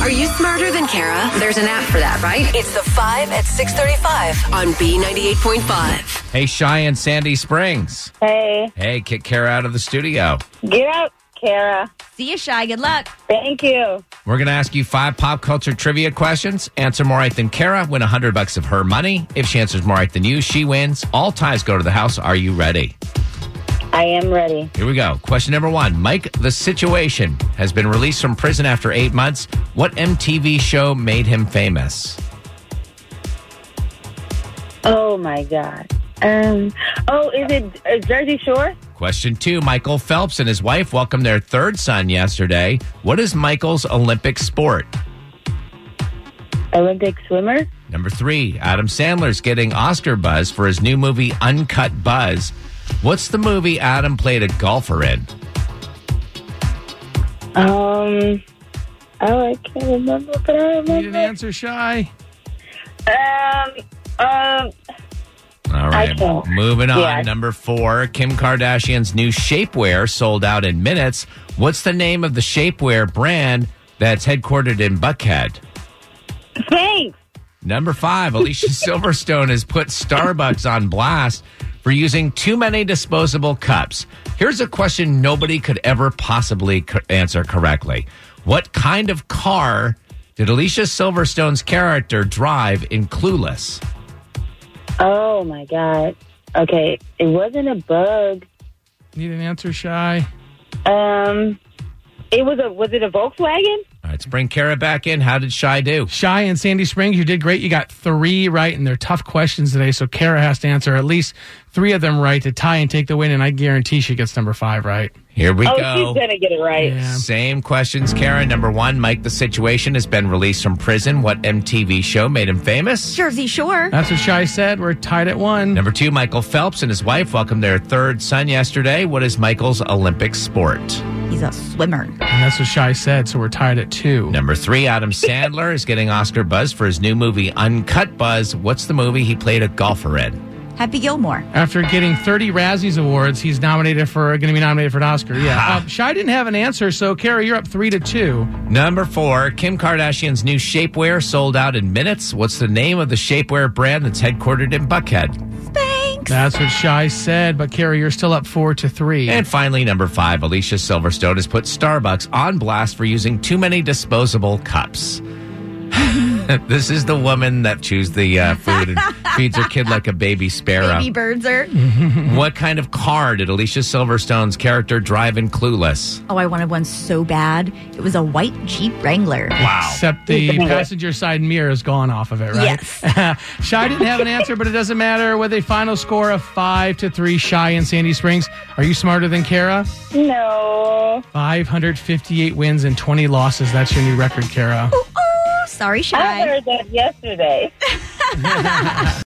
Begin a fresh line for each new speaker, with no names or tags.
Are you smarter than Kara? There's an app for that, right? It's the 5 at 635 on B98.5.
Hey, Cheyenne Sandy Springs.
Hey,
Hey, kick Kara out of the studio.
get out, Kara.
See you, Shy. Good luck.
Thank you.
We're going to ask you five pop culture trivia questions. Answer more right than Kara, win 100 bucks of her money. If she answers more right than you, she wins. All ties go to the house. Are you ready?
I am ready.
Here we go. Question number one Mike the Situation has been released from prison after eight months. What MTV show made him famous?
Oh my God. Um. Oh, is it uh, Jersey Shore?
Question two Michael Phelps and his wife welcomed their third son yesterday. What is Michael's Olympic sport?
Olympic swimmer?
Number three Adam Sandler's getting Oscar buzz for his new movie Uncut Buzz. What's the movie Adam played a golfer in?
Um. Oh, I can't remember, but I remember.
answer, Shy.
Um. Um.
All
I
right.
can't.
Moving on.
Yeah.
Number four Kim Kardashian's new shapewear sold out in minutes. What's the name of the shapewear brand that's headquartered in Buckhead?
Thanks.
Number five, Alicia Silverstone has put Starbucks on blast for using too many disposable cups. Here's a question nobody could ever possibly co- answer correctly What kind of car did Alicia Silverstone's character drive in Clueless?
Oh my God. Okay, it wasn't a bug.
Need an answer, Shy?
Um. It was a. Was it a Volkswagen?
All right, let's bring Kara back in. How did Shy do?
Shy and Sandy Springs, you did great. You got three right, and they're tough questions today. So Kara has to answer at least three of them right to tie and take the win. And I guarantee she gets number five right.
Here we
oh,
go.
she's gonna get it right.
Yeah.
Same questions, Karen. Number one, Mike the Situation has been released from prison. What MTV show made him famous?
Jersey Shore.
That's what Shy said. We're tied at one.
Number two, Michael Phelps and his wife welcomed their third son yesterday. What is Michael's Olympic sport?
He's a swimmer.
And that's what Shy said. So we're tied at two.
Number three, Adam Sandler is getting Oscar buzz for his new movie Uncut Buzz. What's the movie he played a golfer in?
Happy Gilmore.
After getting 30 Razzies awards, he's nominated for going to be nominated for an Oscar. Yeah. Uh, Shy didn't have an answer, so Kara, you're up three to two.
Number four, Kim Kardashian's new shapewear sold out in minutes. What's the name of the shapewear brand that's headquartered in Buckhead?
Thanks.
That's what Shy said, but Kara, you're still up four to three.
And finally, number five, Alicia Silverstone has put Starbucks on blast for using too many disposable cups. this is the woman that chews the uh, food and feeds her kid like a baby sparrow.
Baby birds are.
What kind of car did Alicia Silverstone's character drive in Clueless?
Oh, I wanted one so bad. It was a white Jeep Wrangler.
Except the passenger side mirror is gone off of it, right? Yes. Shy didn't have an answer, but it doesn't matter with a final score of five to three. Shy and Sandy Springs. Are you smarter than Kara?
No.
558 wins and 20 losses. That's your new record, Kara.
Oh, sorry, Shy.
I heard that yesterday.